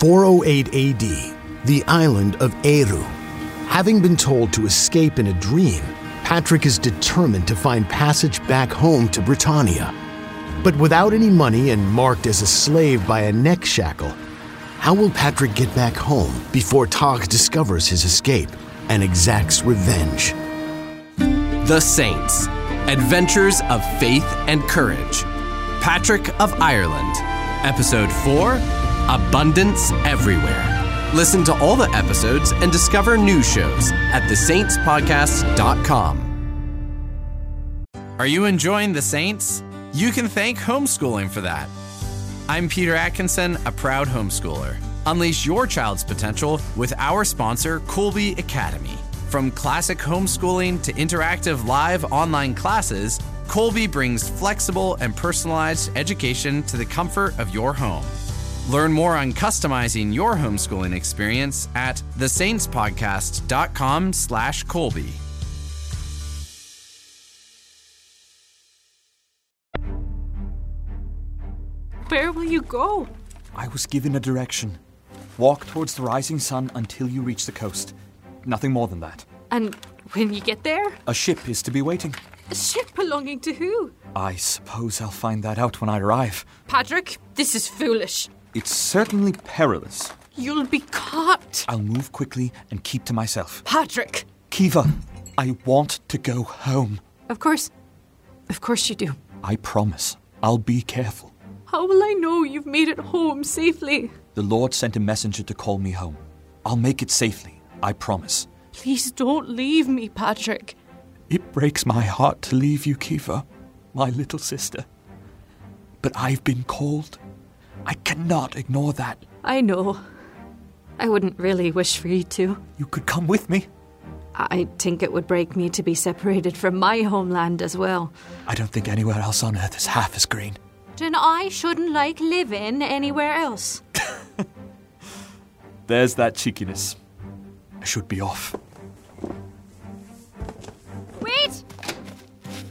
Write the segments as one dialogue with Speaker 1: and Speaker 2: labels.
Speaker 1: 408 AD, the island of Eru. Having been told to escape in a dream, Patrick is determined to find passage back home to Britannia. But without any money and marked as a slave by a neck shackle, how will Patrick get back home before Tog discovers his escape and exacts revenge?
Speaker 2: The Saints Adventures of Faith and Courage. Patrick of Ireland. Episode 4 Abundance Everywhere. Listen to all the episodes and discover new shows at thesaintspodcast.com.
Speaker 3: Are you enjoying The Saints? You can thank homeschooling for that. I'm Peter Atkinson, a proud homeschooler. Unleash your child's potential with our sponsor, Colby Academy. From classic homeschooling to interactive live online classes, Colby brings flexible and personalized education to the comfort of your home. Learn more on customizing your homeschooling experience at thesaintspodcast.com slash Colby.
Speaker 4: Where will you go?
Speaker 5: I was given a direction. Walk towards the rising sun until you reach the coast. Nothing more than that.
Speaker 4: And when you get there?
Speaker 5: A ship is to be waiting.
Speaker 4: A ship belonging to who?
Speaker 5: I suppose I'll find that out when I arrive.
Speaker 4: Patrick, this is foolish.
Speaker 5: It's certainly perilous.
Speaker 4: You'll be caught.
Speaker 5: I'll move quickly and keep to myself.
Speaker 4: Patrick!
Speaker 5: Kiva, I want to go home.
Speaker 4: Of course. Of course you do.
Speaker 5: I promise. I'll be careful.
Speaker 4: How will I know you've made it home safely?
Speaker 5: The Lord sent a messenger to call me home. I'll make it safely. I promise.
Speaker 4: Please don't leave me, Patrick.
Speaker 5: It breaks my heart to leave you, Kiva, my little sister. But I've been called. I cannot ignore that.
Speaker 4: I know. I wouldn't really wish for you to.
Speaker 5: You could come with me.
Speaker 4: I think it would break me to be separated from my homeland as well.
Speaker 5: I don't think anywhere else on Earth is half as green.
Speaker 4: Then I shouldn't like living anywhere else.
Speaker 5: There's that cheekiness. I should be off.
Speaker 4: Wait!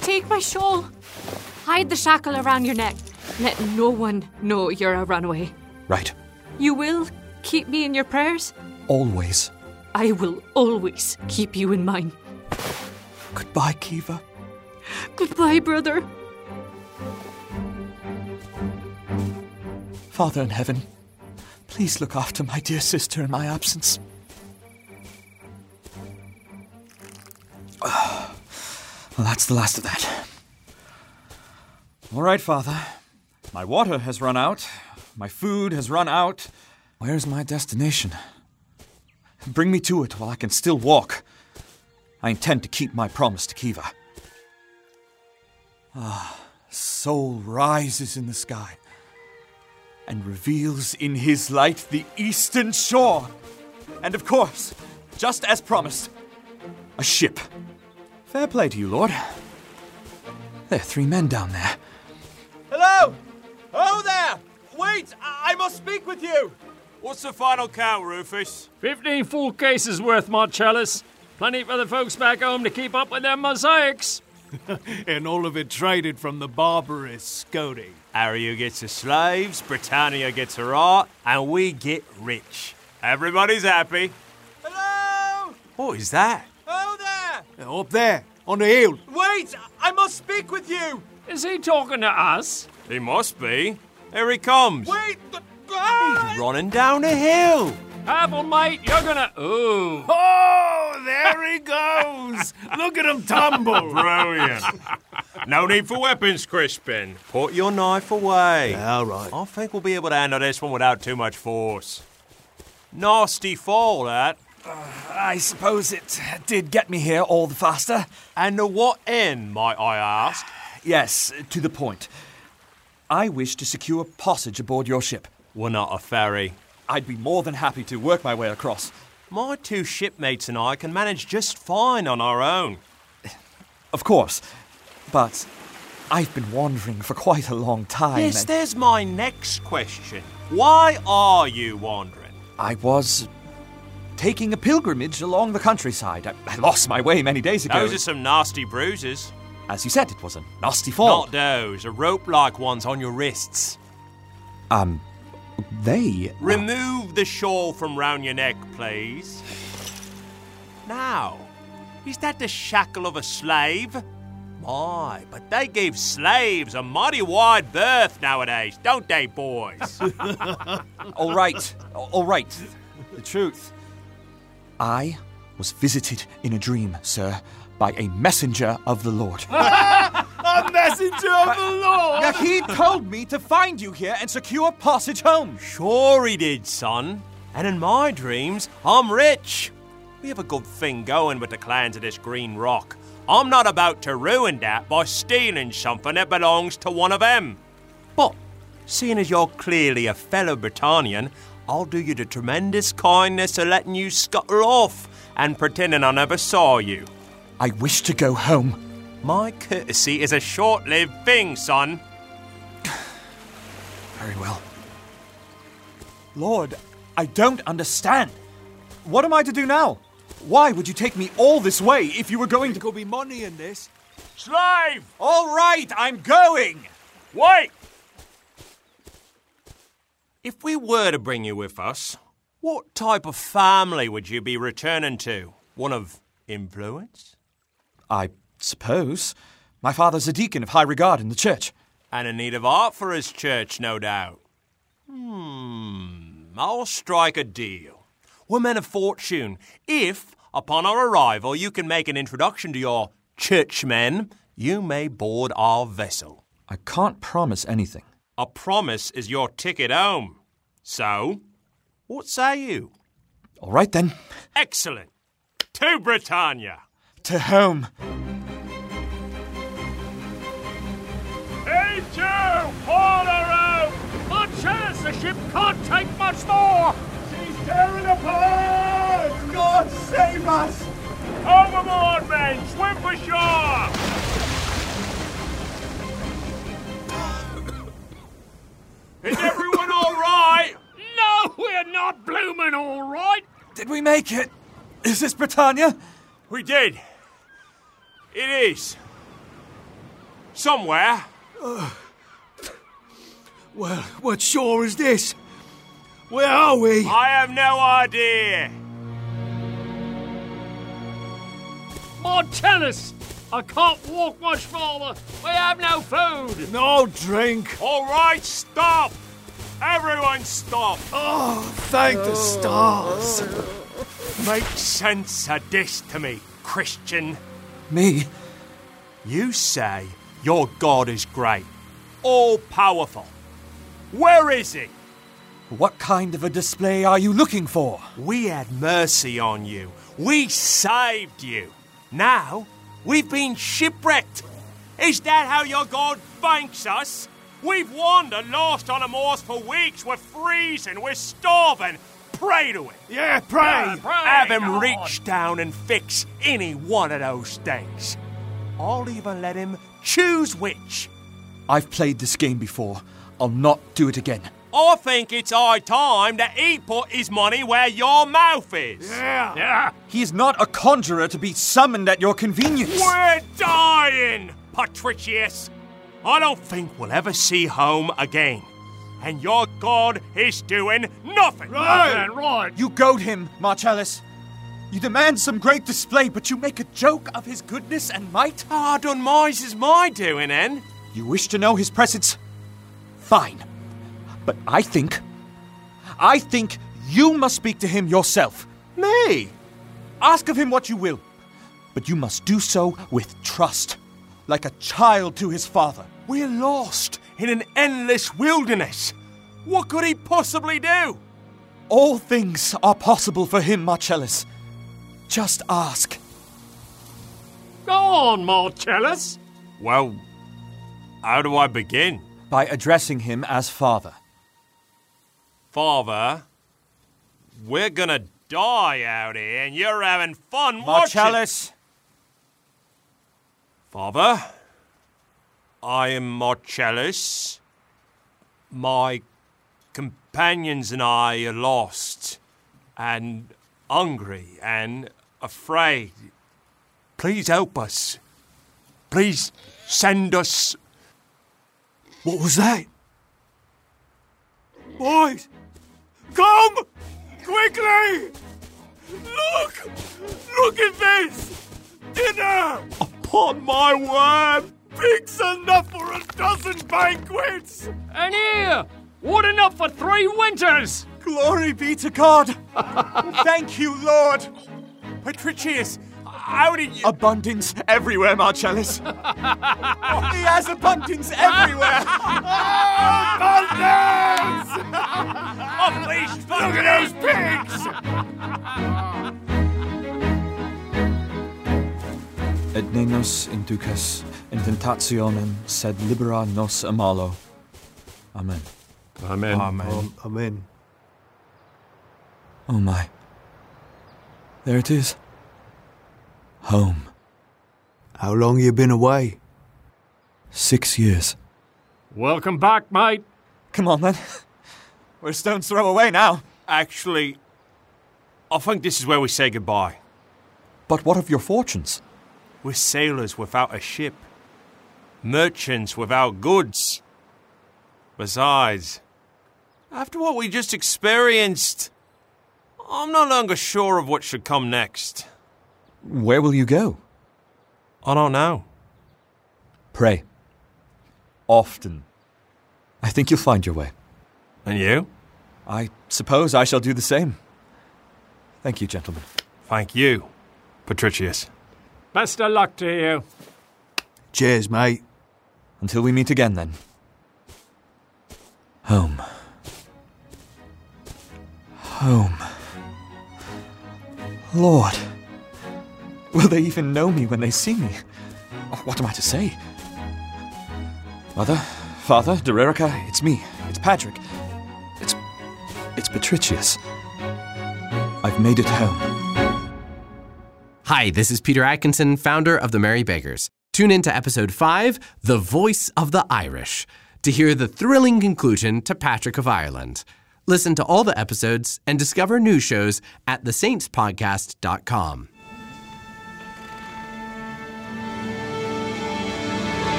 Speaker 4: Take my shawl. Hide the shackle around your neck. Let no one know you're a runaway.
Speaker 5: Right.
Speaker 4: You will keep me in your prayers?
Speaker 5: Always.
Speaker 4: I will always keep you in mine.
Speaker 5: Goodbye, Kiva.
Speaker 4: Goodbye, brother.
Speaker 5: Father in heaven, please look after my dear sister in my absence. Well, that's the last of that. All right, Father. My water has run out. My food has run out. Where's my destination? Bring me to it while I can still walk. I intend to keep my promise to Kiva. Ah, soul rises in the sky and reveals in his light the eastern shore. And of course, just as promised, a ship. Fair play to you, Lord. There are three men down there.
Speaker 6: Hello! Oh there! Wait, I, I must speak with you! What's the final count, Rufus?
Speaker 7: Fifteen full cases worth, Marcellus. Plenty for the folks back home to keep up with their mosaics.
Speaker 6: and all of it traded from the barbarous Scody. Ariu gets her slaves, Britannia gets her art, and we get rich. Everybody's happy. Hello! What is that? Oh there! Up there, on the hill. Wait, I must speak with you.
Speaker 7: Is he talking to us?
Speaker 6: He must be. Here he comes. Wait, the- ah! he's running down a hill.
Speaker 7: Apple, mate, you're gonna. Ooh.
Speaker 6: Oh, there he goes. Look at him tumble.
Speaker 8: Brilliant. No need for weapons, Crispin.
Speaker 9: Put your knife away.
Speaker 6: All right.
Speaker 9: I think we'll be able to handle this one without too much force. Nasty fall, that.
Speaker 5: Uh, I suppose it did get me here all the faster.
Speaker 9: And to what end, might I ask?
Speaker 5: Yes, to the point. I wish to secure passage aboard your ship.
Speaker 9: We're not a ferry.
Speaker 5: I'd be more than happy to work my way across.
Speaker 9: My two shipmates and I can manage just fine on our own.
Speaker 5: Of course. But I've been wandering for quite a long time.
Speaker 9: Yes, and... there's my next question. Why are you wandering?
Speaker 5: I was taking a pilgrimage along the countryside. I, I, lost my way many days ago.
Speaker 9: Those are some nasty bruises.
Speaker 5: As you said, it Oh. was a nasty fall.
Speaker 9: Not those, a rope like ones on your wrists.
Speaker 5: Um,
Speaker 10: They.
Speaker 9: Remove the shawl from round your neck, please. Now, is that the shackle of a slave? My, but they give slaves a mighty wide berth nowadays, don't they, boys?
Speaker 5: All right, all right. The truth. I was visited in a dream, sir, by a messenger of the Lord.
Speaker 11: a messenger of the Lord!
Speaker 5: Now, he told me to find you here and secure passage home.
Speaker 9: Sure he did, son. And in my dreams, I'm rich. We have a good thing going with the clans of this green rock. I'm not about to ruin that by stealing something that belongs to one of them. But, seeing as you're clearly a fellow Britannian, I'll do you the tremendous kindness of letting you scutter off and pretending I never saw you.
Speaker 5: I wish to go home.
Speaker 9: My courtesy is a short lived thing, son.
Speaker 5: Very well. Lord, I don't understand. What am I to do now? Why would you take me all this way if you were going to.
Speaker 11: There'll be money in this.
Speaker 9: Slave!
Speaker 5: All right, I'm going!
Speaker 9: Wait! If we were to bring you with us, what type of family would you be returning to? One of influence?
Speaker 5: I suppose. My father's a deacon of high regard in the church.
Speaker 9: And in need of art for his church, no doubt. Hmm, I'll strike a deal. We're men of fortune. If, upon our arrival, you can make an introduction to your churchmen, you may board our vessel.
Speaker 5: I can't promise anything.
Speaker 9: A promise is your ticket home. So, what say you?
Speaker 5: All right then.
Speaker 9: Excellent. To Britannia.
Speaker 5: To home.
Speaker 7: Hey, Joe! Order out! Marcellus, the ship can't take much more!
Speaker 11: She's tearing apart! God save us!
Speaker 7: Overboard, men! Swim for shore!
Speaker 8: Is everyone all right?
Speaker 7: No, we're not bloomin' all right!
Speaker 5: Did we make it? Is this Britannia?
Speaker 9: We did. It is. Somewhere.
Speaker 11: Well, what shore is this? Where are we?
Speaker 9: I have no idea.
Speaker 7: Marcellus! I can't walk much farther! We have no food!
Speaker 11: No drink.
Speaker 8: All right, stop! Everyone stop!
Speaker 11: Oh, thank the stars.
Speaker 9: Make sense of this to me, Christian.
Speaker 5: Me?
Speaker 9: You say your God is great, all powerful. Where is he?
Speaker 5: What kind of a display are you looking for?
Speaker 9: We had mercy on you. We saved you. Now we've been shipwrecked. Is that how your God thanks us? We've wandered lost on the moors for weeks. We're freezing. We're starving. Pray to it.
Speaker 11: Yeah, pray.
Speaker 9: Have him reach down and fix any one of those things. I'll even let him choose which.
Speaker 5: I've played this game before. I'll not do it again.
Speaker 9: I think it's high time that he put his money where your mouth is.
Speaker 11: Yeah.
Speaker 7: Yeah!
Speaker 5: He is not a conjurer to be summoned at your convenience.
Speaker 9: We're dying, Patricius. I don't think we'll ever see home again. And your God is doing nothing.
Speaker 7: Right! Right!
Speaker 5: You goad him, Marcellus. You demand some great display, but you make a joke of his goodness and might.
Speaker 9: Ah, done mines is my doing, then.
Speaker 5: You wish to know his presence? Fine. But I think. I think you must speak to him yourself.
Speaker 9: Me?
Speaker 5: Ask of him what you will. But you must do so with trust, like a child to his father.
Speaker 9: We're lost in an endless wilderness. What could he possibly do?
Speaker 5: All things are possible for him, Marcellus. Just ask.
Speaker 7: Go on, Marcellus!
Speaker 9: Well, how do I begin?
Speaker 5: By addressing him as father.
Speaker 9: Father, we're gonna die out here, and you're having fun watching.
Speaker 5: Marcellus,
Speaker 9: Father, I am Marcellus. My companions and I are lost and hungry and afraid. Please help us. Please send us.
Speaker 11: What was that?
Speaker 9: Boys! Come! Quickly! Look! Look at this! Dinner! Upon my word! Pigs enough for a dozen banquets!
Speaker 12: And here! Wood enough for three winters!
Speaker 9: Glory be to God! Thank you, Lord! Patricius, how did you. Abundance everywhere, Marcellus! he has abundance everywhere! abundance! Look at those pigs!
Speaker 5: Et nenos in duces, in tentationem, sed libera nos a malo. Amen.
Speaker 13: Amen.
Speaker 5: Amen. Oh my. There it is. Home.
Speaker 14: How long you been away?
Speaker 5: Six years.
Speaker 12: Welcome back, mate.
Speaker 9: Come on, then. We're a stone's throw away now.
Speaker 15: Actually, I think this is where we say goodbye.
Speaker 5: But what of your fortunes?
Speaker 15: We're sailors without a ship, merchants without goods. Besides, after what we just experienced, I'm no longer sure of what should come next.
Speaker 5: Where will you go?
Speaker 15: I don't know.
Speaker 5: Pray. Often. I think you'll find your way.
Speaker 15: And you?
Speaker 5: I suppose I shall do the same. Thank you, gentlemen.
Speaker 15: Thank you, Patricius.
Speaker 12: Best of luck to you.
Speaker 5: Cheers, mate. Until we meet again, then. Home. Home. Lord. Will they even know me when they see me? Oh, What am I to say? Mother, father, Dererica, it's me. It's Patrick. It's. It's Patricius. I've made it home.
Speaker 2: Hi, this is Peter Atkinson, founder of the Merry Bakers. Tune in to episode 5, The Voice of the Irish, to hear the thrilling conclusion to Patrick of Ireland. Listen to all the episodes and discover new shows at thesaintspodcast.com.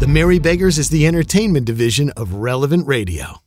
Speaker 1: The Merry Beggars is the entertainment division of Relevant Radio.